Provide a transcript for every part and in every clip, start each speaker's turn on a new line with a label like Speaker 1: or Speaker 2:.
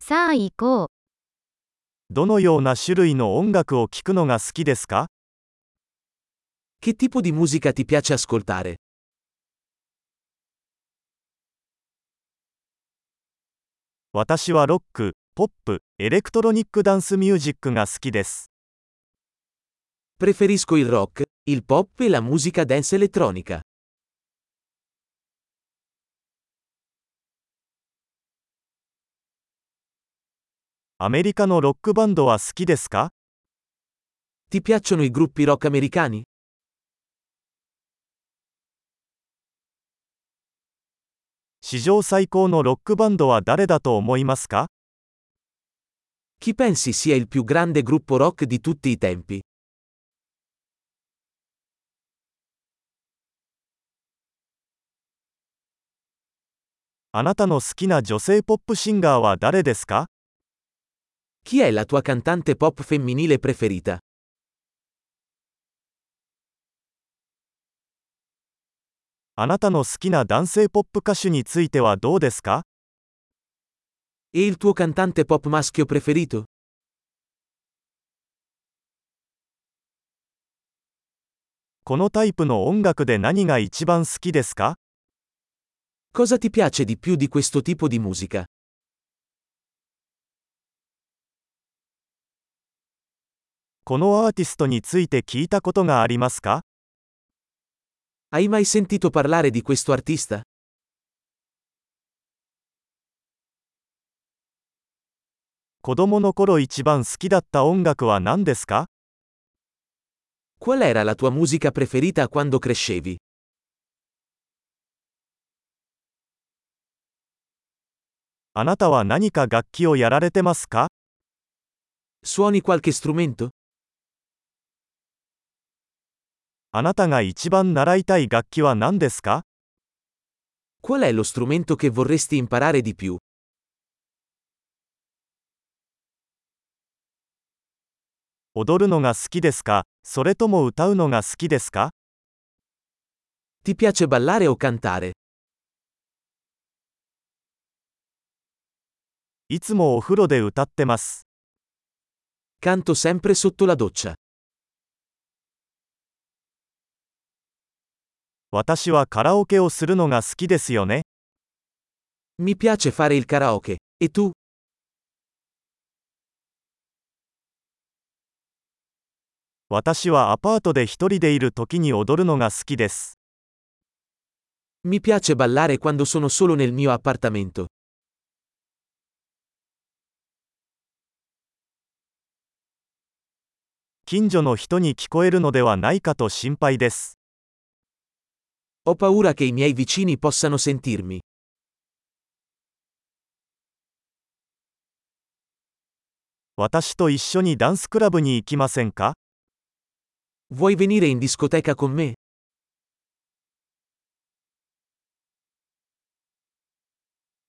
Speaker 1: さあ行こう。
Speaker 2: どのような種類の音楽を聴くのが好きですか
Speaker 3: Che tipo di musica ti piace ascoltare?
Speaker 2: 私はロック、ポップ、エレクトロニックダンスミュージックが好きです。
Speaker 3: Preferisco il rock, il pop e la musica dance elettronica.
Speaker 2: アメリカのロックバンドは好きですか
Speaker 3: Ti piacciono i gruppi rock americani?
Speaker 2: 史上最高のロックバンドは誰だと思いますか
Speaker 3: Chi pensi sia il più grande gruppo rock di tutti i tempi?
Speaker 2: あなたの好きな女性ポップシンガーは誰ですか
Speaker 3: Chi è la tua cantante pop femminile preferita?
Speaker 2: あなたの好きな男性ポップ歌手についてはどうですか
Speaker 3: E il tuo cantante pop maschio preferito?
Speaker 2: このタイプの音楽で何が一番好きですか
Speaker 3: Cosa ti piace di più di questo tipo di musica?
Speaker 2: このアーティストについて聞いたことがありますか
Speaker 3: Hai mai sentito parlare di questo artista?
Speaker 2: 子供の頃一番好きだった音楽は何ですか
Speaker 3: Qual era la tua musica preferita quando crescevi?
Speaker 2: あなたは何か楽器をやられてますか
Speaker 3: Suoni qualche strumento?
Speaker 2: あなたが一番習いたい楽器は何ですか
Speaker 3: Qual è lo strumento che vorresti imparare di più?
Speaker 2: 踊るのが好きですかそれとも歌うのが好きですか
Speaker 3: Ti piace ballare o cantare?
Speaker 2: いつもお風呂で歌ってます。
Speaker 3: Canto sempre sotto la doccia.
Speaker 2: 私はカラオケをするのが好きですよね。
Speaker 3: Mi piace fare il karaoke. E tu?
Speaker 2: 私はアパートで一人でいる時に踊るのが好きです。
Speaker 3: Mi piace ballare quando sono solo nel mio appartamento.
Speaker 2: 近所の人に聞こえるのではないかと心配です。
Speaker 3: Ho paura che i miei vicini possano sentirmi.
Speaker 2: 私と一緒にダンスクラブに行きませんか
Speaker 3: Vuoi venire in discoteca con me?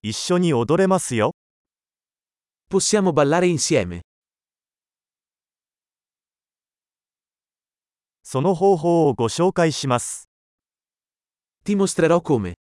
Speaker 2: 一緒に踊れますよ。
Speaker 3: Possiamo ballare insieme.
Speaker 2: その方法をご紹介します。
Speaker 3: Ti mostrerò come.